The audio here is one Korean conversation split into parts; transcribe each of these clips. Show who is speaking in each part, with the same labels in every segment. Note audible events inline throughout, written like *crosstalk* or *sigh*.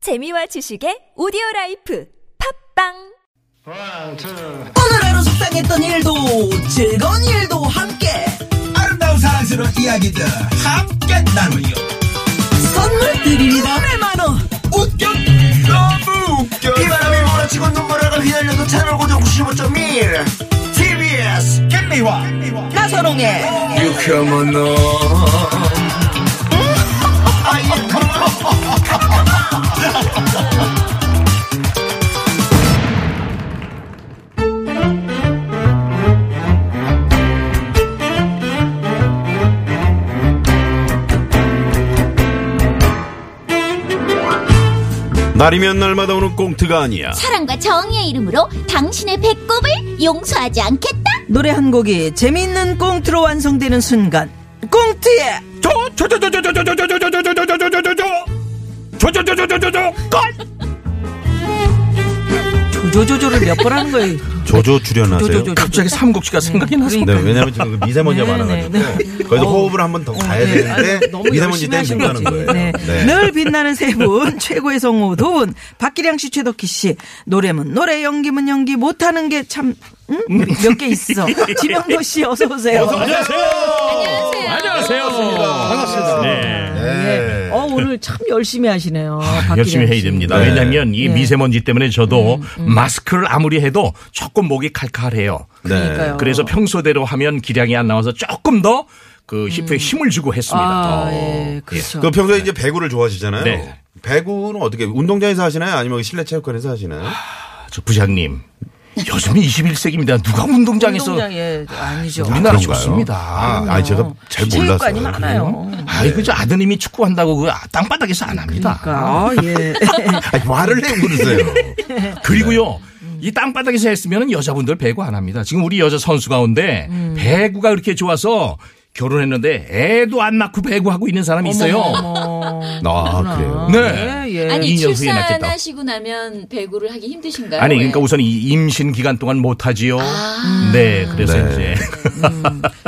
Speaker 1: 재미와 지식의 오디오 라이프 팝빵
Speaker 2: One, two.
Speaker 3: 오늘 하루 속상했던 일도 즐거운 일도 함께
Speaker 4: 아름다운 사랑스러운 이야기들 함께 나누요
Speaker 3: 선물 드립니다 100만원
Speaker 4: 웃겨 너무 웃겨 이 바람이 몰아치고 눈물을 휘날려도 채널 고정 95.1 TBS 김미화
Speaker 3: 나선홍의
Speaker 4: 유쾌한 너
Speaker 5: 날이면 날마다 오는 꽁트가 아니야.
Speaker 6: 사랑과 정의의 이름으로 당신의 배꼽을 용서하지 않겠다.
Speaker 3: 노래 한 곡이 재미있는 꽁트로 완성되는 순간 꽁트의 조조조조를 몇 번 하는
Speaker 7: *laughs*
Speaker 3: 거예요
Speaker 5: 조조 출연하세요.
Speaker 3: 조조조조.
Speaker 7: 네,
Speaker 3: 음,
Speaker 7: 갑자기 삼국지가 생각이 나서
Speaker 5: 네, 왜냐면 지금 그 미세먼지가
Speaker 3: 네,
Speaker 5: 많아가지고
Speaker 3: 네,
Speaker 5: 거기서
Speaker 3: 어.
Speaker 5: 호흡을 한 번 더
Speaker 3: 네.
Speaker 5: 가야
Speaker 3: 아니,
Speaker 5: 되는데
Speaker 3: 너무
Speaker 5: 미세먼지
Speaker 3: 열심히
Speaker 5: 때문에
Speaker 3: 하신
Speaker 5: 못 가는
Speaker 3: 거지. 네.
Speaker 5: 거예요.
Speaker 3: 늘 빛나는 세 분 *laughs* 최고의 성우 두 분 박기량 씨 최덕희 씨 노래면 노래 연기면 연기 못하는 게 참 음? 몇 개
Speaker 5: *laughs*
Speaker 3: 있어 지명도 씨 어서 오세요.
Speaker 5: 반갑습니다. 네.
Speaker 3: 어 오늘 참 열심히 하시네요. 박기량
Speaker 7: 아, 열심히 해야
Speaker 3: 씨.
Speaker 7: 됩니다.
Speaker 5: 네.
Speaker 7: 왜냐하면 이 미세먼지 때문에 저도 마스크를 아무리 해도 조금 목이 칼칼해요.
Speaker 5: 네.
Speaker 3: 그러니까요.
Speaker 7: 네. 그래서 평소대로 하면 기량이 안 나와서 조금 더 그 히프에 힘을 주고 했습니다.
Speaker 3: 아,
Speaker 7: 어.
Speaker 3: 예, 그렇죠.
Speaker 5: 그 평소에 이제 배구를 좋아하시잖아요.
Speaker 7: 네.
Speaker 5: 배구는 어떻게 운동장에서 하시나요? 아니면 실내 체육관에서 하시나요?
Speaker 3: 아,
Speaker 7: 저 부장님, 요즘 21세기입니다. 누가 운동장에서
Speaker 3: 운동장, 예, 아니죠.
Speaker 7: 우리나라
Speaker 5: 그런가요?
Speaker 7: 좋습니다.
Speaker 5: 아, 아니, 제가 잘
Speaker 3: 어. 체육관이
Speaker 5: 몰랐어요.
Speaker 3: 많아요.
Speaker 7: 아이 그저 아드님이 축구한다고 그 땅바닥에서 안 합니다.
Speaker 3: 그러니까 아,
Speaker 7: *laughs*
Speaker 3: 예.
Speaker 5: *laughs* 아니, 말을 내고
Speaker 3: *laughs*
Speaker 5: 그러세요.
Speaker 7: 그리고요. 이 땅바닥에서 했으면 여자분들 배구 안 합니다. 지금 우리 여자 선수 가운데 배구가 그렇게 좋아서 결혼했는데 애도 안 낳고 배구하고 있는 사람이 있어요.
Speaker 5: 아, 그래요.
Speaker 7: 네.
Speaker 3: 예, 예.
Speaker 8: 아니
Speaker 7: 이 년 후에 낳겠다.
Speaker 8: 출산하시고 나면 배구를 하기 힘드신가요?
Speaker 7: 아니 그러니까
Speaker 8: 왜? 아.
Speaker 7: 우선 이 임신 기간 동안 못 하지요. 네. 그래서
Speaker 5: 네.
Speaker 7: 이제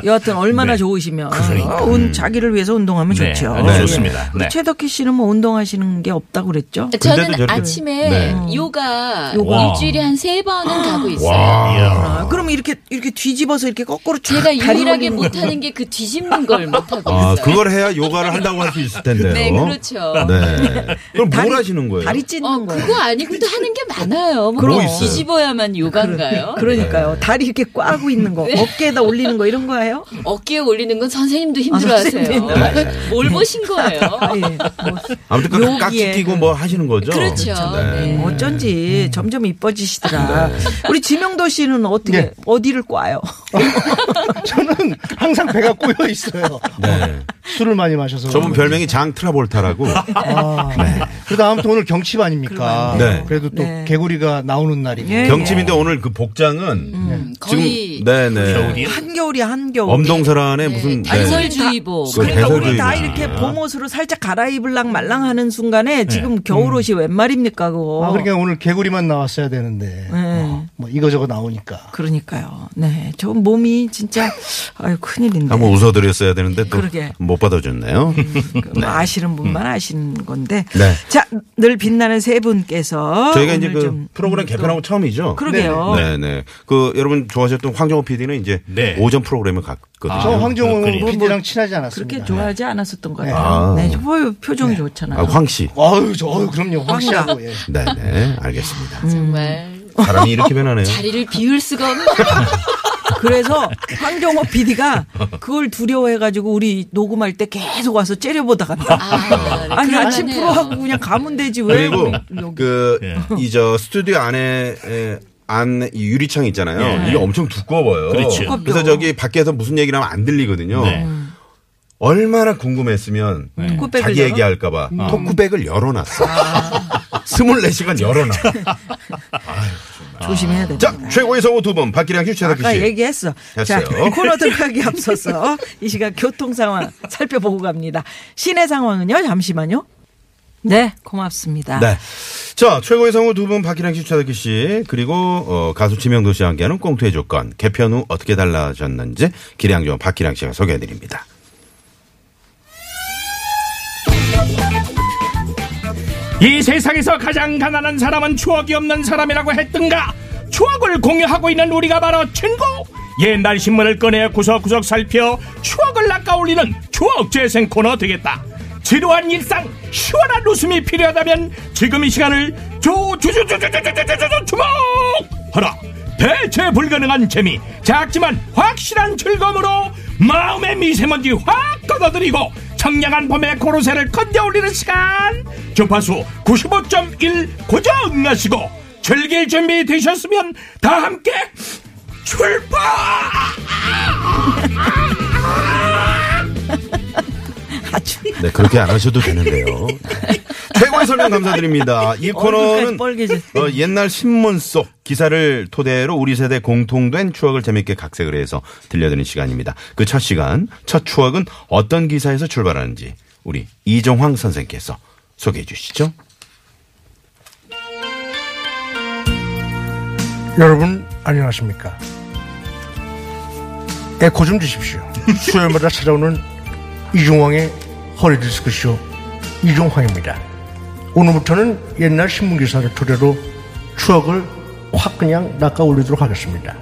Speaker 3: 여하튼 얼마나
Speaker 7: 네.
Speaker 3: 좋으시면
Speaker 7: 그러니까.
Speaker 3: 어, 운 자기를 위해서 운동하면 *laughs*
Speaker 7: 네,
Speaker 3: 좋죠.
Speaker 7: 아주
Speaker 3: 예.
Speaker 7: 좋습니다.
Speaker 3: 우리
Speaker 7: 네.
Speaker 3: 최덕희 씨는 뭐 운동하시는 게 없다고 그랬죠?
Speaker 5: 근데도
Speaker 8: 저는
Speaker 5: 저렇게-
Speaker 8: 아침에
Speaker 5: 네. 음.
Speaker 8: 요가,
Speaker 7: 요가.
Speaker 8: 일주일에 한 세 번은 가고 있어요.
Speaker 3: 아, 그럼 네. 이렇게 이렇게 뒤집어서 이렇게 거꾸로 쭉
Speaker 8: 제가
Speaker 3: 다리
Speaker 8: 유일하게
Speaker 3: 올리는 거.
Speaker 8: 못하는 게 그 뒤집는 걸 못하고
Speaker 5: 아,
Speaker 8: 있어요.
Speaker 5: 그걸 해야 요가를 한다고 할 수 있을 텐데요.
Speaker 8: 네, 그렇죠.
Speaker 5: 네. 그럼
Speaker 3: 다리-
Speaker 5: 뭘 하시는 거예요?
Speaker 3: 다리 찢는
Speaker 8: 어,
Speaker 3: 거.
Speaker 8: 그거 아니고 또 하는 게 많아요. 뭐
Speaker 5: 그럼. 뭐
Speaker 8: 그냥
Speaker 5: 있어요?
Speaker 8: 뒤집어야만 요가인가요?
Speaker 3: 아, 그러니까요.
Speaker 7: 네.
Speaker 3: 다리 이렇게 꽈고 있는 거,
Speaker 8: 네.
Speaker 3: 어깨에다 올리는 거 이런 거예요?
Speaker 8: 어깨에 올리는 건 선생님도
Speaker 3: 아,
Speaker 8: 힘들어하세요.
Speaker 3: 선생님도.
Speaker 8: 뭘 보신 거예요?
Speaker 3: 아, 예. 뭐,
Speaker 5: 아무튼 그
Speaker 3: 요기에
Speaker 5: 깍지 끼고
Speaker 3: 그-
Speaker 5: 뭐 하시는 거죠?
Speaker 8: 그렇죠.
Speaker 5: 네.
Speaker 8: 네.
Speaker 3: 어쩐지 점점 이뻐지시더라. 우리 지명도 씨는 어떻게
Speaker 9: 네.
Speaker 3: 어디를 꽈요?
Speaker 9: *laughs* 저는 항상 배가 꼬여 있어요.
Speaker 5: 네.
Speaker 9: 술을 많이 마셔서.
Speaker 5: 저분
Speaker 9: 그런
Speaker 5: 별명이 장 *laughs* 트라볼타라고.
Speaker 9: 거예요. 아. 그러다 아무튼 오늘 경칩 아닙니까?
Speaker 5: 그러면 안 돼요. 네.
Speaker 9: 그래도 또
Speaker 3: 네.
Speaker 9: 개구리가 나오는 날이고.
Speaker 3: 예.
Speaker 5: 경칩인데 오늘 그 복장은
Speaker 8: 음,
Speaker 5: 지금
Speaker 8: 거의
Speaker 5: 네네
Speaker 3: 한겨울이 한겨울.
Speaker 5: 엄동설안에 무슨 네.
Speaker 8: 단설주의보.
Speaker 5: 그
Speaker 3: 그러니까 우리 다
Speaker 5: 대설주의자.
Speaker 3: 이렇게 봄옷으로 살짝 갈아입을랑 말랑하는
Speaker 5: 네.
Speaker 3: 순간에 지금 겨울옷이
Speaker 5: 음.
Speaker 3: 웬 말입니까 그거.
Speaker 9: 아, 그러니까 오늘 개구리만 나왔어야 되는데.
Speaker 3: 네.
Speaker 9: 어, 뭐 이거저거 나오니까.
Speaker 3: 그러니까요. 네, 저 몸이 진짜 아유 큰일인데.
Speaker 5: 한번 뭐 웃어드렸어야 되는데 또
Speaker 3: 그러게.
Speaker 5: 못 받아줬네요. 음.
Speaker 3: 뭐 아시는 분만 아시는 건데.
Speaker 5: 네.
Speaker 3: 자, 늘 빛나는 세 분께서
Speaker 5: 저희가 이제
Speaker 3: 오늘
Speaker 5: 그
Speaker 3: 좀
Speaker 5: 프로그램 개편하고 처음이죠.
Speaker 3: 그러게요.
Speaker 5: 네네. 그 여러분 좋아하셨던 황정호 PD는 이제
Speaker 7: 네.
Speaker 5: 오전 프로그램을 갔거든요.
Speaker 9: 저 황정호
Speaker 7: 그렇군요.
Speaker 9: PD랑 친하지 않았습니다.
Speaker 3: 그렇게 좋아하지 않았었던 것 같아요.
Speaker 5: 네.
Speaker 3: 네, 저 보여- 표정이 좋잖아요.
Speaker 5: 아, 황 씨.
Speaker 9: 아유, 저, 아유, 그럼요. 확실하고, 예.
Speaker 5: 네네. 알겠습니다.
Speaker 8: 정말
Speaker 5: 사람이 이렇게 변하네요.
Speaker 8: 자리를 비울 수가 없네요.
Speaker 3: 그래서 황정호 PD가 그걸 두려워해가지고 우리 녹음할 때 계속 와서 째려보다 간다.
Speaker 8: 아, 네,
Speaker 3: 아니 아침
Speaker 8: 그러네요.
Speaker 3: 프로하고 그냥 가면 되지 왜 음,
Speaker 5: 그리고
Speaker 3: 우리 여기
Speaker 7: 예.
Speaker 5: 그 이 저 스튜디오 안에 에, 안이 유리창 있잖아요. 이게 엄청 두꺼워요.
Speaker 7: 예. 그렇죠.
Speaker 5: 래서 저기 밖에서 무슨 얘기를 하면 안 들리거든요.
Speaker 7: 네.
Speaker 5: 얼마나 궁금했으면
Speaker 3: 토크백을 열어? 음.
Speaker 5: 자기
Speaker 3: 아.
Speaker 5: 얘기할까봐 토크백을 열어놨어. 24시간 열어놔.
Speaker 3: *laughs* 조심해야 돼.
Speaker 5: 자, 최고의 성우 두 분, 박기량 씨, 최덕기
Speaker 3: 아까
Speaker 5: 씨.
Speaker 3: 얘기했어. 자,
Speaker 5: 됐어요.
Speaker 3: 코너 들어가기 앞서서 이 시간 교통 상황 살펴보고 갑니다. 시내 상황은요? 잠시만요. 네, 고맙습니다.
Speaker 5: 네. 자, 최고의 성우 두 분, 박기량 씨, 최덕기 씨, 그리고 어, 가수 지명도 씨와 함께하는 꽁투의 조건, 개편 후 어떻게 달라졌는지 기량 좀 박기량 씨가 소개해드립니다.
Speaker 7: 이 세상에서 가장 가난한 사람은 추억이 없는 사람이라고 했던가 추억을 공유하고 있는 우리가 바로 친구 옛날 신문을 꺼내 구석구석 살펴 추억을 낚아올리는 추억 재생 코너 되겠다 지루한 일상 시원한 웃음이 필요하다면 지금 이 시간을 주주주주주주주주주 주목하라 대체 불가능한 재미 작지만 확실한 즐거움으로 마음의 미세먼지 확 걷어들이고 청량한 봄의 코르세를 건져올리는 시간 주파수 95.1 고정하시고 즐길 준비 되셨으면 다 함께 출발
Speaker 3: 아주
Speaker 5: 네, 그렇게 안 하셔도 되는데요. 최고의 설명 감사드립니다. 이
Speaker 3: 얼굴까지
Speaker 5: 코너는
Speaker 3: 빨개져.
Speaker 5: 어, 옛날 신문 속 기사를 토대로 우리 세대 공통된 추억을 재밌게 각색을 해서 들려드리는 시간입니다. 그 첫 시간, 첫 추억은 어떤 기사에서 출발하는지 우리 이정황 선생께서 소개해 주시죠.
Speaker 9: 여러분 안녕하십니까? 에코 좀 주십시오. 수요일마다 찾아오는 이종황의 허리디스크쇼 이종황입니다. 오늘부터는 옛날 신문 기사를 토대로 추억을 확 그냥 낚아 올리도록 하겠습니다.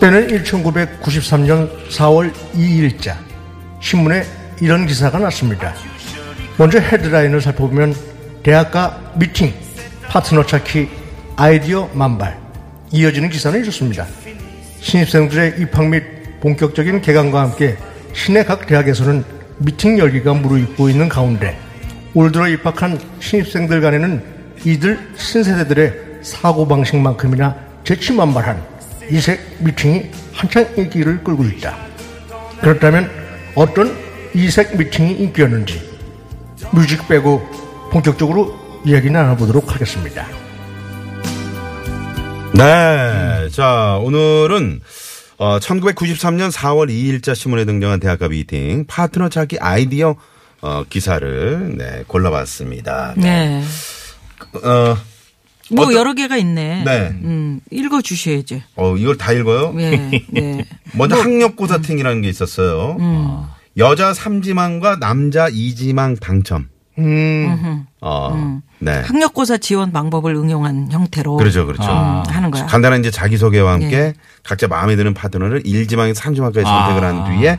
Speaker 9: 때는 1993년 4월 2일자 신문에 이런 기사가 났습니다. 먼저 헤드라인을 살펴보면 대학가 미팅 파트너 찾기 아이디어 만발 이어지는 기사는 이렇습니다. 신입생들의 입학 및 본격적인 개강과 함께 시내 각 대학에서는 미팅 열기가 무르익고 있는 가운데 올 들어 입학한 신입생들 간에는 이들 신세대들의 사고방식만큼이나 재치만발한 이색 미팅이 한창 인기를 끌고 있다. 그렇다면 어떤 이색 미팅이 인기였는지 뮤직 빼고 본격적으로 이야기 나눠보도록 하겠습니다.
Speaker 5: 네.
Speaker 3: 음.
Speaker 5: 자, 오늘은 어, 1993년 4월 2일자 신문에 등장한 대학가 미팅 파트너 찾기 아이디어 어, 기사를 네, 골라봤습니다.
Speaker 3: 네.
Speaker 5: 어,
Speaker 3: 뭐 여러 개가 있네.
Speaker 5: 네.
Speaker 3: 음, 읽어 주셔야죠.
Speaker 5: 어, 이걸 다 읽어요?
Speaker 3: 예.
Speaker 5: *laughs*
Speaker 3: 예.
Speaker 5: 먼저 학력고사팅이라는 게 있었어요.
Speaker 3: 음.
Speaker 5: 여자 3지망과 남자 2지망 당첨. 어,
Speaker 3: 음.
Speaker 5: 네.
Speaker 3: 학력고사 지원 방법을 응용한 형태로
Speaker 5: 그렇죠, 그렇죠.
Speaker 3: 음, 하는 거야. 예.
Speaker 5: 간단한 이제 자기소개와 함께 각자 마음에 드는 파트너를 1지망에서 3지망까지 선택을 한 뒤에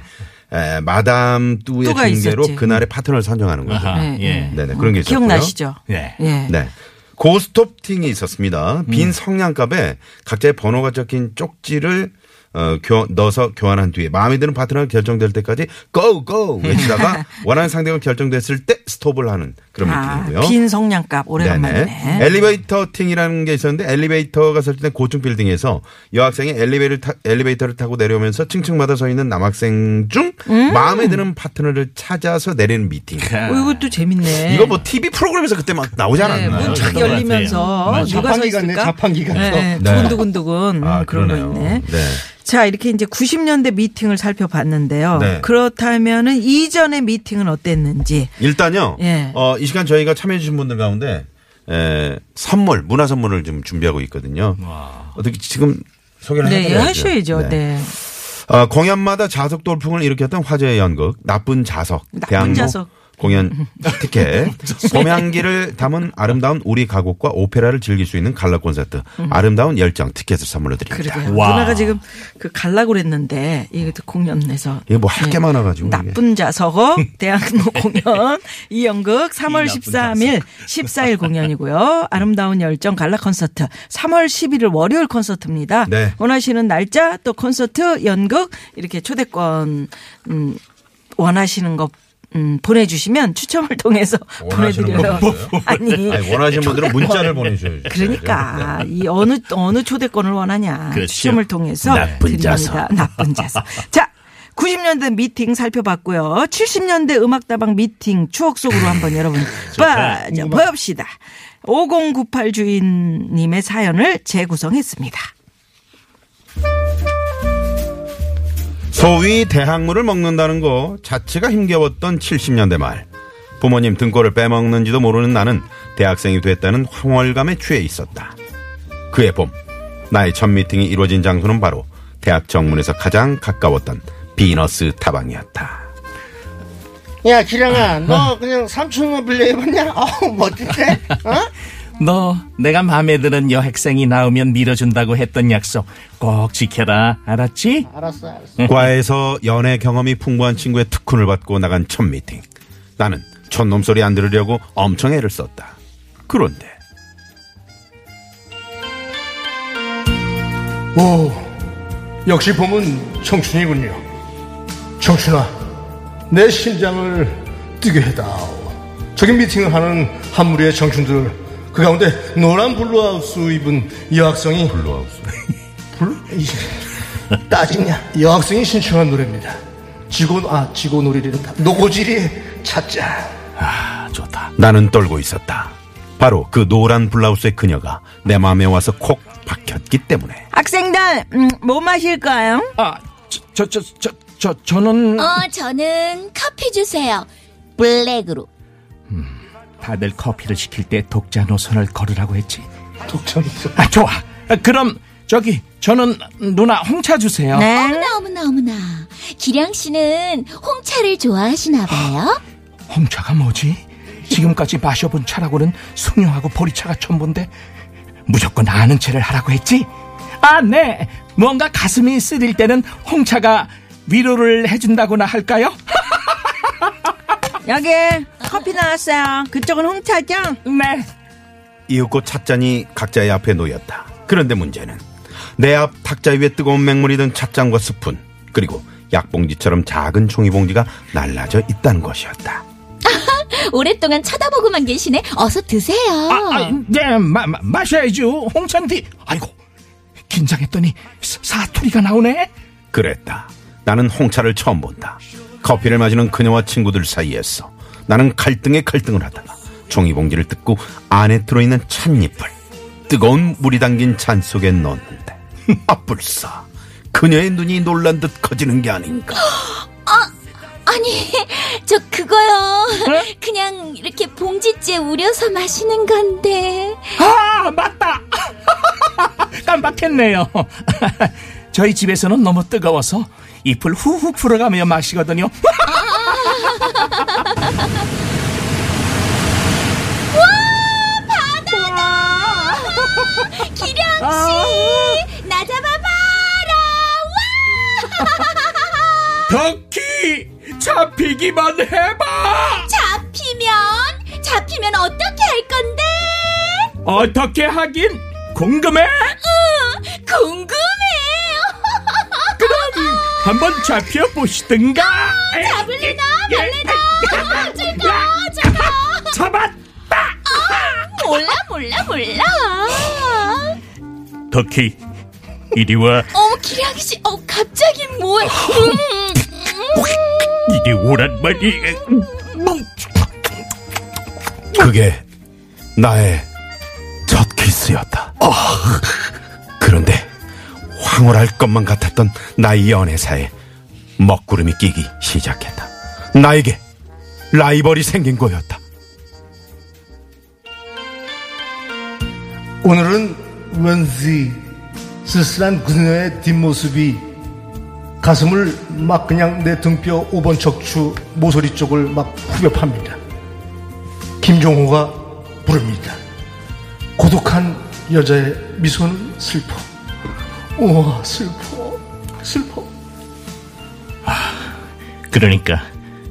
Speaker 5: 에, 마담 뚜의
Speaker 3: 아. 뚜가
Speaker 5: 징계로
Speaker 3: 있었지.
Speaker 5: 그날의 파트너를 선정하는 거죠.
Speaker 7: 아하, 예.
Speaker 5: 네네, 그런 게 있었고요.
Speaker 3: 기억나시죠?
Speaker 7: 네.
Speaker 3: 예.
Speaker 5: 네. 고스톱팅이 있었습니다. 빈
Speaker 3: 음.
Speaker 5: 성냥갑에 각자의 번호가 적힌 쪽지를 어, 교- 넣어서 교환한 뒤에 마음에 드는 파트너가 결정될 때까지 go go
Speaker 3: *laughs*
Speaker 5: 외치다가 원하는 상대가 결정됐을 때 스톱을 하는 그런
Speaker 3: 아,
Speaker 5: 느낌이고요.
Speaker 3: 빈 성냥갑 오래간만이네.
Speaker 5: 엘리베이터팅이라는 게 있었는데 엘리베이터가 설치된 고층 빌딩에서 여학생이 엘리베이터를, 타, 엘리베이터를 타고 내려오면서 층층마다 서 있는 남학생 중 마음에 드는 파트너를 찾아서 내리는 미팅.
Speaker 3: 어, 이것도 재밌네. 네,
Speaker 5: 이거 뭐 TV 프로그램에서 그때 막 나오지 않았나요?
Speaker 7: 문
Speaker 3: 문쫙
Speaker 7: 그런 것 같아요.
Speaker 3: 열리면서 누가
Speaker 7: 맞아요.
Speaker 3: 서
Speaker 9: 자판기가 있네,
Speaker 3: 있을까?
Speaker 9: 자판기가 있어.
Speaker 3: 네,
Speaker 5: 네.
Speaker 3: 두근두근두근
Speaker 5: 아,
Speaker 3: 그런 거
Speaker 5: 그러네요.
Speaker 3: 있네.
Speaker 5: 네.
Speaker 3: 자 이렇게 이제 90년대 미팅을 살펴봤는데요.
Speaker 5: 네.
Speaker 3: 그렇다면은 이전의 미팅은 어땠는지
Speaker 5: 일단요.
Speaker 3: 예.
Speaker 5: 어, 이 시간 저희가 참여해주신 분들 가운데 에, 선물, 문화 선물을 좀 준비하고 있거든요. 어떻게 지금 소개를
Speaker 3: 네
Speaker 5: 해드려야죠.
Speaker 3: 하셔야죠. 네.
Speaker 5: 어, 공연마다 자석 돌풍을 일으켰던 화제의 연극 나쁜 자석
Speaker 3: 나쁜
Speaker 5: 대학로
Speaker 3: 자석.
Speaker 5: 공연
Speaker 3: *laughs*
Speaker 5: 티켓 봄 향기를 담은 아름다운 우리 가곡과 오페라를 즐길 수 있는 갈라 콘서트 아름다운 열정 티켓을 선물로 드립니다.
Speaker 3: 음. 그러게요.
Speaker 7: 와.
Speaker 3: 누나가 지금 그 갈라 그랬는데 이게 또 공연에서 네.
Speaker 5: 이게 뭐할게 많아가지고 이게.
Speaker 3: 나쁜
Speaker 5: *laughs*
Speaker 3: 자석어 대학로 공연 이 연극 3월 13일 14일 공연이고요. 아름다운 열정 갈라 콘서트 3월 11일 월요일 콘서트입니다.
Speaker 5: 네.
Speaker 3: 원하시는 날짜 또 콘서트 연극 이렇게 초대권 음 원하시는 거 음, 보내주시면 추첨을 통해서
Speaker 5: 원하시는
Speaker 3: 보내드려요.
Speaker 5: 거 보내줘요?
Speaker 3: *laughs* 아니,
Speaker 5: 아니,
Speaker 3: *laughs*
Speaker 5: 원하시는 분들은 문자를 보내줘야죠. 네.
Speaker 7: *laughs*
Speaker 3: 그러니까 이 어느 어느 초대권을 원하냐
Speaker 7: 네. 그렇죠.
Speaker 3: 추첨을 통해서
Speaker 7: 나쁜
Speaker 3: 드립니다.
Speaker 7: 자석.
Speaker 3: *laughs* 나쁜 자석. 자. 90년대 미팅 살펴봤고요. 70년대 음악다방 미팅 추억 속으로
Speaker 7: *laughs*
Speaker 3: 한번 여러분 빠져봅시다. 5098 주인님의 사연을 재구성했습니다.
Speaker 5: 소위 대학물을 먹는다는 거 자체가 힘겨웠던 70년대 말. 부모님 등골을 빼먹는지도 모르는 나는 대학생이 됐다는 황홀감에 취해 있었다. 그해 봄, 나의 첫 미팅이 이루어진 장소는 바로 대학 정문에서 가장 가까웠던 비너스 타방이었다.
Speaker 9: 야 기량아 너 그냥 삼촌만 빌려 입었냐? 어우 멋진데? 어?
Speaker 7: 너 내가 마음에 드는 여학생이 나오면 밀어준다고 했던 약속 꼭 지켜라 알았지?
Speaker 9: 알았어 알았어
Speaker 5: 과에서 연애 경험이 풍부한 친구의 특훈을 받고 나간 첫 미팅. 나는 첫 놈소리 안 들으려고 엄청 애를 썼다. 그런데
Speaker 9: 오, 역시 봄은 청춘이군요. 청춘아, 내 심장을 뛰게 해다오. 저기 미팅을 하는 한 무리의 청춘들, 그 가운데 노란 블루하우스 입은 여학생이 블루하우스. *laughs* 블 이- 따지냐? 여학생이 신청한 노래입니다. 지고 아 지고 놀이란다. 노고지리 찾자.
Speaker 7: 아, 좋다
Speaker 5: 나는 떨고 있었다. 바로 그 노란 블라우스의 그녀가 내 마음에 와서 콕 박혔기 때문에.
Speaker 3: 학생들 음, 뭐 마실까요?
Speaker 7: 아저 저 저 저 저, 저는
Speaker 6: 어, 저는 커피 주세요. 블랙으로.
Speaker 7: 다들 커피를 시킬 때 독자 노선을 걸으라고 했지
Speaker 9: 독점이
Speaker 7: 아 좋아 아, 그럼 저기 저는 누나 홍차 주세요
Speaker 3: 네.
Speaker 6: 어머나, 어머나, 어머나. 기량 씨는 홍차를 좋아하시나 봐요.
Speaker 7: 홍차가 뭐지? 지금까지 마셔본 차라고는 숭늉하고 보리차가 첨본데 무조건 아는 채를 하라고 했지? 아, 네. 뭔가 가슴이 쓰릴 때는 홍차가 위로를 해준다거나 할까요?
Speaker 3: 여기 커피 나왔어요. 그쪽은 홍차죠?
Speaker 7: 네.
Speaker 5: 이윽고 찻잔이 각자의 앞에 놓였다. 그런데 문제는 내 앞 탁자 위에 뜨거운 맹물이 든 찻잔과 스푼 그리고 약봉지처럼 작은 종이봉지가 날라져 있다는 것이었다.
Speaker 6: 오랫동안 쳐다보고만 계시네. 어서 드세요.
Speaker 7: 아, 아, 네, 마, 마, 마셔야죠. 홍찬디. 아이고, 긴장했더니 사- 사투리가 나오네.
Speaker 5: 그랬다. 나는 홍차를 처음 본다. 커피를 마시는 그녀와 친구들 사이에서 나는 갈등에 갈등을 하다가 종이봉지를 뜯고 안에 들어있는 찻잎을 뜨거운 물이 담긴 잔 속에 넣었는데 *laughs* 아 불사 그녀의 눈이 놀란 듯 커지는 게 아닌가
Speaker 6: 아니, 저 그거요. 그냥 이렇게 봉지째 우려서 마시는 건데.
Speaker 7: 아, 맞다. *laughs* 깜빡했네요. *laughs* 저희 집에서는 너무 뜨거워서 잎을 후후 풀어가며 마시거든요.
Speaker 6: 기량 씨, 나 잡아봐라. 와!
Speaker 7: 덕희 잡히기만 해봐
Speaker 6: 잡히면 잡히면 어떻게 할 건데?
Speaker 7: 어떻게 하긴 궁금해
Speaker 6: 으, 궁금해.
Speaker 7: 한번 잡혀보시든가
Speaker 6: 아, 잡을래나 말래나
Speaker 7: *laughs*
Speaker 6: 어쩔 거 어쩔 거
Speaker 7: 잡았
Speaker 6: *laughs* 몰라 몰라 몰라.
Speaker 7: 덕희 이리와
Speaker 6: 어 기량 씨, 어 갑자기 뭐해? 음,
Speaker 7: 이리 오란 말이
Speaker 5: 그게 나의 첫 키스였다 그런데 황홀할 것만 같았던 나의 연애사에 먹구름이 끼기 시작했다 나에게 라이벌이 생긴 거였다
Speaker 9: 오늘은 왠지 쓸쓸한 그녀의 뒷모습이 가슴을 막 그냥 내 등뼈 5번 척추 모서리 쪽을 막 후벼팝니다. 김종호가 부릅니다. 고독한 여자의 미소는 슬퍼. 우와 슬퍼 슬퍼.
Speaker 7: 그러니까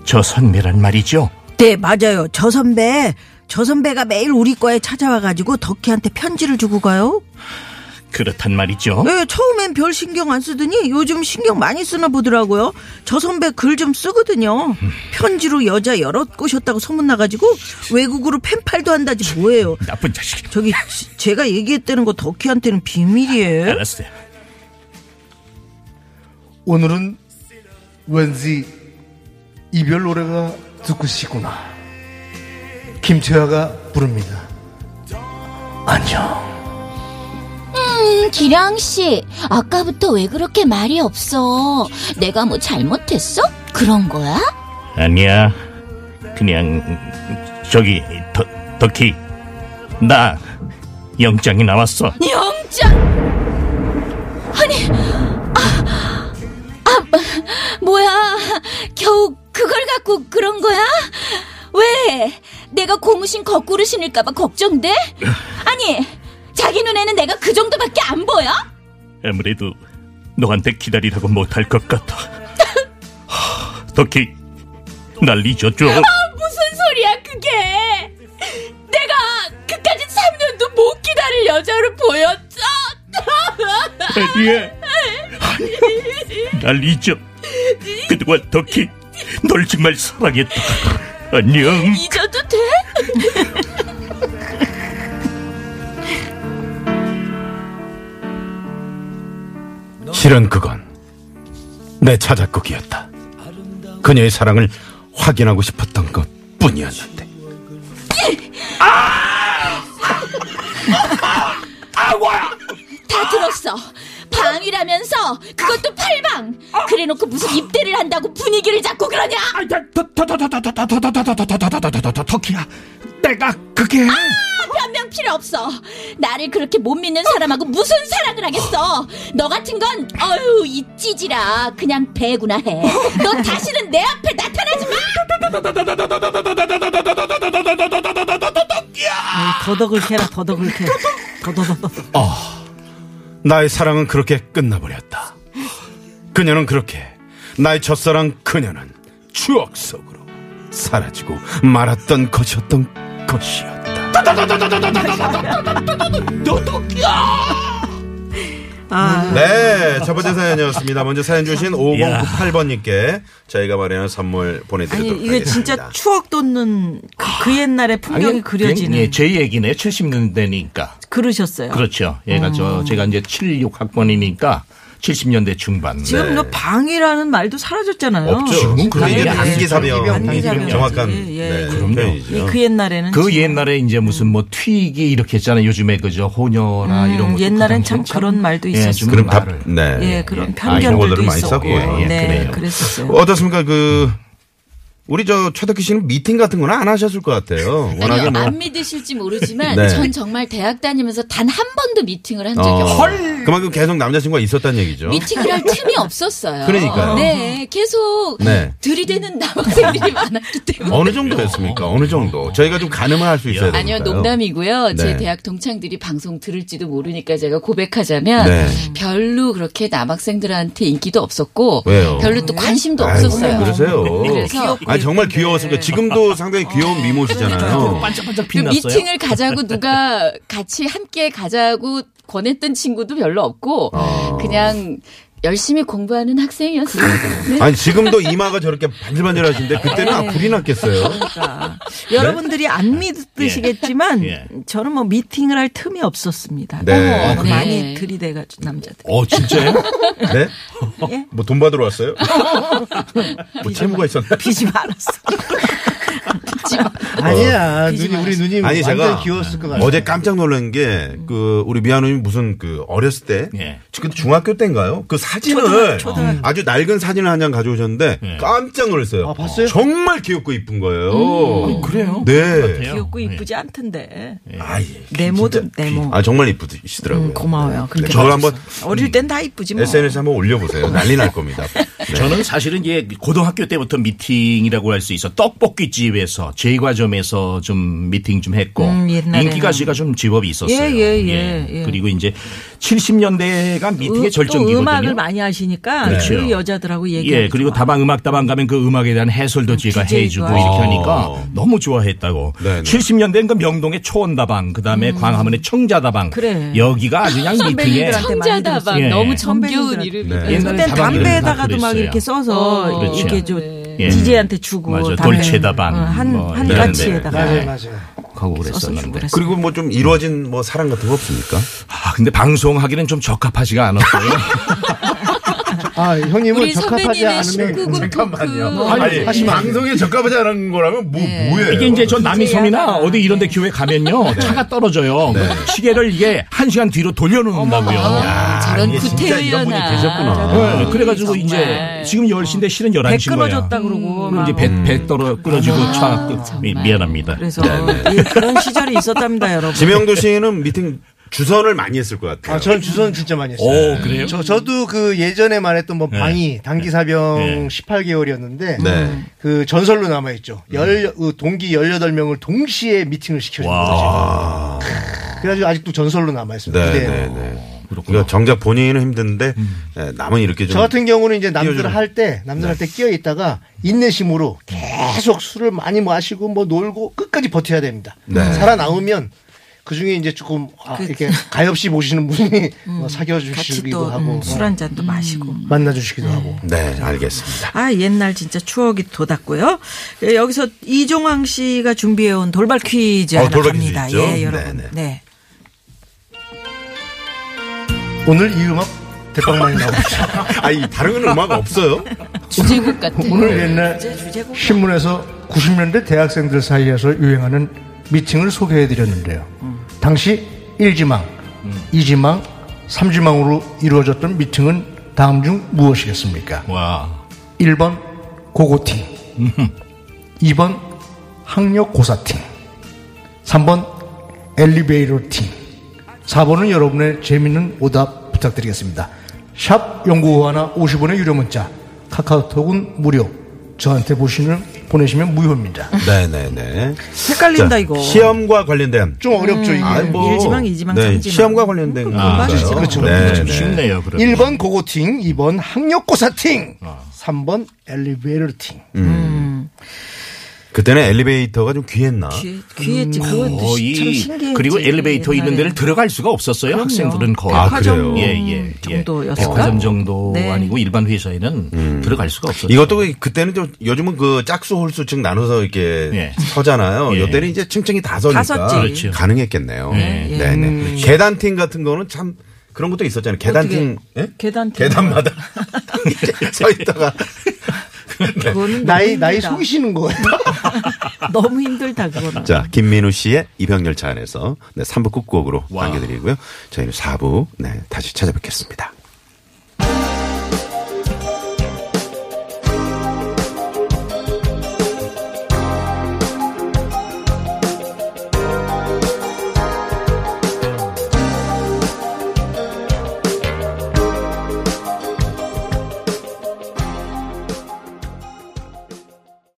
Speaker 7: 저 선배란 말이죠
Speaker 3: 네 맞아요. 저 선배 저 선배가 매일 우리 과에 찾아와가지고 덕희한테 편지를 주고 가요.
Speaker 7: 그렇단 말이죠
Speaker 3: 네, 처음엔 별 신경 안 쓰더니 요즘 신경 많이 쓰나 보더라고요. 저 선배 글 좀 쓰거든요. 편지로 여자 여럿 꼬셨다고 소문나가지고 외국으로 팬팔도 한다지 뭐예요.
Speaker 7: 나쁜 자식
Speaker 3: 저기 지- 제가 얘기했다는 거 덕희한테는 비밀이에요.
Speaker 7: 알았어요
Speaker 9: 오늘은 왠지 이별 노래가 듣고 싶구나. 김태화가 부릅니다. 안녕.
Speaker 6: 음, 기량 씨, 아까부터 왜 그렇게 말이 없어? 내가 뭐 잘못했어? 그런 거야?
Speaker 7: 아니야 그냥 저기 덕, 덕희 나 영장이 나왔어
Speaker 6: 영장. 아니, 아, 아, 뭐야? 겨우 그걸 그걸 갖고 그런 거야? 왜? 내가 고무신 거꾸로 신을까봐 걱정돼? 아니, 자기 눈에는 내가 그 정도밖에 안 보여? 아,
Speaker 10: 아무래도 너한테 기다리라고 못할 것 같아. 하, 덕희, 날 잊어줘.
Speaker 6: 무슨 소리야 그게 내가 그까지 3년도 못 기다릴 여자로 보였어 *laughs*
Speaker 10: 애니야. 날 잊어. 그동안 덕희, 널 정말 사랑했다. 안녕.
Speaker 6: 잊어도 돼?
Speaker 5: 실은 그건 내 자작극이었다. 그녀의 사랑을 확인하고 싶었던 것 뿐이었는데.
Speaker 6: 다 들었어 방이라면서 그것도 팔방 그래놓고 무슨 입대를 한다고 분위기를 잡고 그러냐
Speaker 10: 아, 야, 더, 더, 더, 더, 더, 더, 더, 더, 더, 더, 더, 더, 더, 더, 더, 더, 더, 더, 덕희야, 내가 그게
Speaker 6: 아, 변명 필요 없어 나를 그렇게 못 믿는 사람하고 무슨 사랑을 하겠어 너 같은 건 어휴 이 찌질아 그냥 배구나 해 너 다시는 내 앞에 나타나지 마
Speaker 3: 아, 더덕을 캐라 더덕을 캐. 더더더덕.
Speaker 5: 나의 사랑은 그렇게 끝나버렸다. 그녀는 그렇게 나의 첫사랑 그녀는 추억 속으로 사라지고 말았던 것이었던 것이었다.
Speaker 3: 아,
Speaker 5: 네, 첫 번째 사연이었습니다. 먼저 사연 주신 5098번님께 저희가 마련한 선물
Speaker 3: 아니
Speaker 5: 보내드리도록
Speaker 3: 이게 진짜 추억 돋는 그, 그 옛날의 풍경이 그려지는
Speaker 7: 예, 제 얘기네. 70년대니까.
Speaker 3: 그러셨어요.
Speaker 7: 그렇죠. 얘가
Speaker 3: 음.
Speaker 7: 저, 제가 이제 76학번이니까 70년대 중반.
Speaker 3: 지금 너 방이라는 말도 사라졌잖아요.
Speaker 5: 없죠. 그리고 이제
Speaker 7: 당연히
Speaker 5: 단기사병,
Speaker 3: 단기사병.
Speaker 5: 정확한
Speaker 3: 예, 예.
Speaker 5: 네,
Speaker 7: 그럼요.
Speaker 5: 표현이죠.
Speaker 3: 그 옛날에는
Speaker 7: 그
Speaker 3: 진짜-
Speaker 7: 옛날에 이제 무슨 뭐 튀기 이렇게 했잖아요. 요즘에 그저 호녀나
Speaker 3: 음,
Speaker 7: 이런 거.
Speaker 3: 옛날엔 참 그런 말도 있었어요.
Speaker 5: 그럼 답,
Speaker 7: 예, 음, 말을.
Speaker 5: 네.
Speaker 3: 예, 그런
Speaker 7: 예. 아,
Speaker 3: 편견들도
Speaker 5: 용어들을 많이
Speaker 3: 있었고.
Speaker 5: 썼고요.
Speaker 7: 예,
Speaker 3: 네,
Speaker 7: 그래요.
Speaker 3: 그랬었어요.
Speaker 5: 어떻습니까? 그 우리 저 최덕기 씨는 미팅 같은 거는 안 하셨을 것 같아요. 워낙에
Speaker 8: 아니요,
Speaker 5: 뭐
Speaker 8: 안 믿으실지 모르지만
Speaker 5: 네.
Speaker 8: 전 정말 대학 다니면서 단 한 번도 미팅을 한 적이
Speaker 5: 어,
Speaker 8: 없어요.
Speaker 5: 그만큼 계속 남자친구가 있었다는 얘기죠.
Speaker 8: 미팅을 할 틈이 없었어요.
Speaker 5: 그러니까요.
Speaker 8: 네, 계속
Speaker 5: 네.
Speaker 8: 들이대는 남학생들이 많았기 때문에.
Speaker 5: 어느 정도였습니까? 어느 정도? 저희가 좀 가늠을 할 수 있어야 되니까요.
Speaker 8: 아니요, 농담이고요.
Speaker 5: 네.
Speaker 8: 제 대학 동창들이 방송 들을지도 모르니까 제가 고백하자면
Speaker 5: 네.
Speaker 8: 별로 그렇게 남학생들한테 인기도 없었고
Speaker 5: 왜요?
Speaker 8: 별로 또 관심도
Speaker 5: 아유,
Speaker 8: 없었어요.
Speaker 5: 그러세요.
Speaker 8: 그래서
Speaker 5: 아 정말
Speaker 3: 네.
Speaker 5: 귀여웠습니다. 지금도 상당히 귀여운 미모시잖아요.
Speaker 7: 반짝반짝
Speaker 8: 그
Speaker 7: 빛났어요.
Speaker 8: 미팅을 가자고 누가 같이 함께 가자고 권했던 친구도 별로 없고
Speaker 5: 어.
Speaker 8: 그냥 열심히 공부하는 학생이었어요.
Speaker 5: 아니 지금도 이마가 저렇게 반질반질하신데 그때는 아구리 났겠어요.
Speaker 3: 그러니까. 여러분들이 안 믿으시겠지만
Speaker 7: 예.
Speaker 3: 저는 뭐 미팅을 할 틈이 없었습니다.
Speaker 5: 네.
Speaker 3: 어,
Speaker 8: 네.
Speaker 3: 많이 들이대가지고 남자들.
Speaker 7: 어, 진짜요?
Speaker 5: 네? 뭐 돈 받으러 왔어요? 뭐 채무가 있었나?
Speaker 3: 비지 말았어.
Speaker 9: 아니야 누님 우리 누님
Speaker 5: 아니 제가
Speaker 9: 완전 귀여웠을 것 같아.
Speaker 5: 어제 깜짝 놀란 게 그 우리 미아누님 무슨 그 어렸을 때
Speaker 7: 예.
Speaker 5: 지금 중학교 때인가요? 그 사진을 아주 낡은 사진을 한 장 가져오셨는데
Speaker 7: 예.
Speaker 5: 깜짝 놀랐어요.
Speaker 9: 아, 봤어요?
Speaker 5: 정말 귀엽고 이쁜 거예요.
Speaker 7: 아, 그래요?
Speaker 5: 네.
Speaker 3: 귀엽고
Speaker 7: 어, 예.
Speaker 3: 이쁘지 않던데.
Speaker 5: 아, 예.
Speaker 3: 네모도 네모.
Speaker 5: 아 정말 이쁘시더라고요.
Speaker 3: 음, 고마워요.
Speaker 5: 네.
Speaker 3: 그렇게
Speaker 5: 저걸
Speaker 3: 봐줘서.
Speaker 5: 한번
Speaker 3: 어릴 땐 다 이쁘지 뭐.
Speaker 5: SNS 에 한번 올려보세요. 난리 날 겁니다.
Speaker 3: 예.
Speaker 5: 네.
Speaker 7: 저는 사실은 이제 고등학교 때부터 미팅이라고 할 수 있어 떡볶이 집에서 제과점에서 좀 미팅 좀 했고
Speaker 3: 음, 옛날에는.
Speaker 7: 인기가 씨가 좀 제법 있었어요.
Speaker 3: 예, 예, 예, 예.
Speaker 7: 그리고 이제 70년대가 미팅의
Speaker 3: 음,
Speaker 7: 절정기거든요.
Speaker 3: 또 음악을 많이 하시니까
Speaker 7: 그렇죠.
Speaker 3: 그 여자들하고 얘기.
Speaker 7: 예, 그리고 다방 음악 다방 가면 그 음악에 대한 해설도 제가
Speaker 3: DJ 뭐. 가.
Speaker 7: 해주고 이렇게 하니까 너무 좋아했다고.
Speaker 5: 어. 네네.
Speaker 7: 70년대엔 그 명동의 초원 다방, 그 다음에 광화문의 청자 다방.
Speaker 3: 그래.
Speaker 7: 여기가 아주 그냥 미팅에
Speaker 3: 선배님들한테 많이
Speaker 8: 청자다방
Speaker 7: 예.
Speaker 8: 너무 정겨운
Speaker 3: 선배님들한테.
Speaker 8: 이름이다.
Speaker 5: 네.
Speaker 7: 옛날에
Speaker 3: 그때
Speaker 7: 다방 이름이 다
Speaker 3: 담배에다가도 막
Speaker 7: 그랬어요.
Speaker 3: 이렇게 써서
Speaker 8: 어,
Speaker 3: 이렇게
Speaker 8: 그렇죠.
Speaker 3: 저
Speaker 7: 예.
Speaker 3: DJ한테 주고
Speaker 7: 맞아,
Speaker 3: 담배.
Speaker 7: 돌체다방.
Speaker 3: 어, 한,
Speaker 7: 뭐
Speaker 3: 한
Speaker 7: 이런
Speaker 3: 가치에다가 예. 네.
Speaker 7: 데.
Speaker 9: 맞아요 맞아요.
Speaker 3: 써서 주고
Speaker 7: 하고 그랬었는데.
Speaker 3: 그랬어요.
Speaker 5: 그리고 뭐 좀 이루어진 뭐 사랑 같은 거 없습니까?
Speaker 7: 아, 근데 방송하기는 좀
Speaker 3: *laughs*
Speaker 7: 적합하지가 않았어요.
Speaker 9: 아 형님은
Speaker 8: 우리
Speaker 9: 적합하지
Speaker 8: 선배님의 그
Speaker 9: 않으면
Speaker 8: 19금 토크.
Speaker 5: 아니, 방송에 적합하지 않은 거라면 뭐 뭐예요?
Speaker 7: 이게 이제 저 남이섬이나 어디 이런데
Speaker 3: 네. *laughs*
Speaker 7: 교회 가면요 차가 떨어져요.
Speaker 5: 네.
Speaker 7: 그럼 시계를 이게 한 시간 뒤로 돌려놓는다고요.
Speaker 8: 아, 저런
Speaker 5: 이게 진짜 이런 분이
Speaker 8: 구태의연아.
Speaker 5: 계셨구나.
Speaker 7: 네, 그래가지고
Speaker 8: 정말.
Speaker 7: 이제 지금 10시인데 실은
Speaker 3: 배
Speaker 7: 11시인 거예요.
Speaker 3: 끊어졌다 그러고. 아,
Speaker 7: 그럼 이제
Speaker 3: 막
Speaker 7: 배,
Speaker 5: 음.
Speaker 7: 배 떨어 끊어지고 차 끊- 미- 미안합니다.
Speaker 3: 네. *laughs* 그래서 예, 그런 시절이 있었답니다, 여러분.
Speaker 5: 지명도 씨는 미팅 주선을 많이 했을 것 같아요.
Speaker 9: 아, 저는 주선 진짜 많이 했어요.
Speaker 11: 오, 그래요?
Speaker 9: 저, 저도 그 예전에 말했던 뭐 방위, 단기사병
Speaker 11: 네.
Speaker 9: 18개월이었는데,
Speaker 5: 네.
Speaker 9: 그 전설로 남아있죠.
Speaker 5: 음.
Speaker 9: 열, 그 동기 18명을 동시에 미팅을 시켜준 거죠. 그래가지고 아직도 전설로 남아있습니다.
Speaker 5: 네,
Speaker 9: 무대에.
Speaker 5: 네, 네. 그러니까 정작 본인은 힘든데 예, 남은 이렇게 좀
Speaker 9: 저 같은 경우는 이제 남들
Speaker 5: 끼워주는. 네.
Speaker 9: 할 때, 남들 할 때 끼어 있다가 인내심으로 계속 술을 많이 마시고 뭐 놀고 끝까지 버텨야 됩니다.
Speaker 5: 네.
Speaker 9: 살아남으면 그 중에 이제 조금 아, 이렇게 가엾이 보시는 분이 뭐
Speaker 3: 그 음. 같이
Speaker 9: 사겨주시기도
Speaker 3: 또 음,
Speaker 9: 하고 뭐
Speaker 3: 술 한 잔도 마시고.
Speaker 9: 만나주시기도 하고.
Speaker 5: 네, 알겠습니다.
Speaker 3: 아 옛날 진짜 추억이 돋았고요. 예, 여기서 이종황 씨가 준비해온 돌발 퀴즈
Speaker 5: 어,
Speaker 3: 하나
Speaker 5: 돌발 퀴즈
Speaker 3: 갑니다.
Speaker 5: 있죠?
Speaker 3: 예, 여러분.
Speaker 5: 네네.
Speaker 3: 네.
Speaker 9: 오늘 이 음악 대박 많이 나오죠.
Speaker 5: 아니 다른 음악 없어요?
Speaker 8: 주제곡 같아.
Speaker 9: *laughs* 오늘 옛날
Speaker 3: 주제, 주제곡.
Speaker 9: 신문에서 90년대 대학생들 사이에서 유행하는 미팅을 소개해드렸는데요. 당시 1지망, 2지망, 3지망으로 이루어졌던 미팅은 다음 중 무엇이겠습니까?
Speaker 11: 와.
Speaker 9: 1번 고고팅 2번 학력 고사팅 3번 엘리베이터팅 4번은 여러분의 재밌는 오답 부탁드리겠습니다 샵 연구 하나 50원의 유료 문자 카카오톡은 무료 저한테 보시면 보내시면 무효입니다
Speaker 5: 네, 네, 네.
Speaker 3: 헷갈린다
Speaker 5: 자,
Speaker 3: 이거.
Speaker 5: 시험과 관련된
Speaker 9: 좀 어렵죠 이게
Speaker 5: 아니, 뭐,
Speaker 3: 일지망, 이지망,
Speaker 5: 네,
Speaker 3: 삼지망.
Speaker 5: 시험과 관련된
Speaker 11: 아,
Speaker 5: 건가요?
Speaker 9: 그렇죠.
Speaker 5: 네,
Speaker 11: 좀
Speaker 5: 네.
Speaker 11: 쉽네요, 아. 그러면.
Speaker 9: 1번 고고팅 2번 학력 고사팅 3번 엘리베이터팅
Speaker 5: 그때는 엘리베이터가 좀 귀했나?
Speaker 3: 귀, 귀에 지 그건 어, 참
Speaker 11: 거의
Speaker 3: 신기해.
Speaker 11: 어, 그리고 엘리베이터 있는 데를 들어갈 수가 없었어요.
Speaker 3: 그럼요.
Speaker 11: 학생들은 거의
Speaker 5: 아, 백화점 그래요?
Speaker 11: 예, 예, 예.
Speaker 3: 정도였을까?
Speaker 11: 백화점 정도
Speaker 3: 네.
Speaker 11: 아니고 일반 회사에는 들어갈 수가 없었어요.
Speaker 5: 음.
Speaker 7: 그렇죠.
Speaker 5: 이것도 그- 그때는 좀 요즘은 그 짝수 홀수층 나눠서 이렇게
Speaker 11: 예.
Speaker 5: 서잖아요.
Speaker 11: 예.
Speaker 5: 요때는 이제 층층이 다 서니까
Speaker 3: 섰지. 예. 음. 그렇죠.
Speaker 5: 가능했겠네요.
Speaker 11: 네.
Speaker 5: 네, 네. 계단 팀 같은 거는 참 그런 것도 있었잖아요. 계단 팀,
Speaker 3: *laughs*
Speaker 5: 예?
Speaker 3: 계단 팀. *laughs*
Speaker 5: 계단마다 이렇게 서 있다가 네.
Speaker 3: 그거는
Speaker 9: 나이
Speaker 3: 너무
Speaker 9: 나이
Speaker 3: 힘들다.
Speaker 9: 속이시는 거예요
Speaker 3: *laughs* 너무 힘들다 그거는.
Speaker 5: 자 김민우 씨의 이병열차 안에서 네, 3부 끝곡으로 남겨드리고요. 저희는 4부 네, 다시 찾아뵙겠습니다.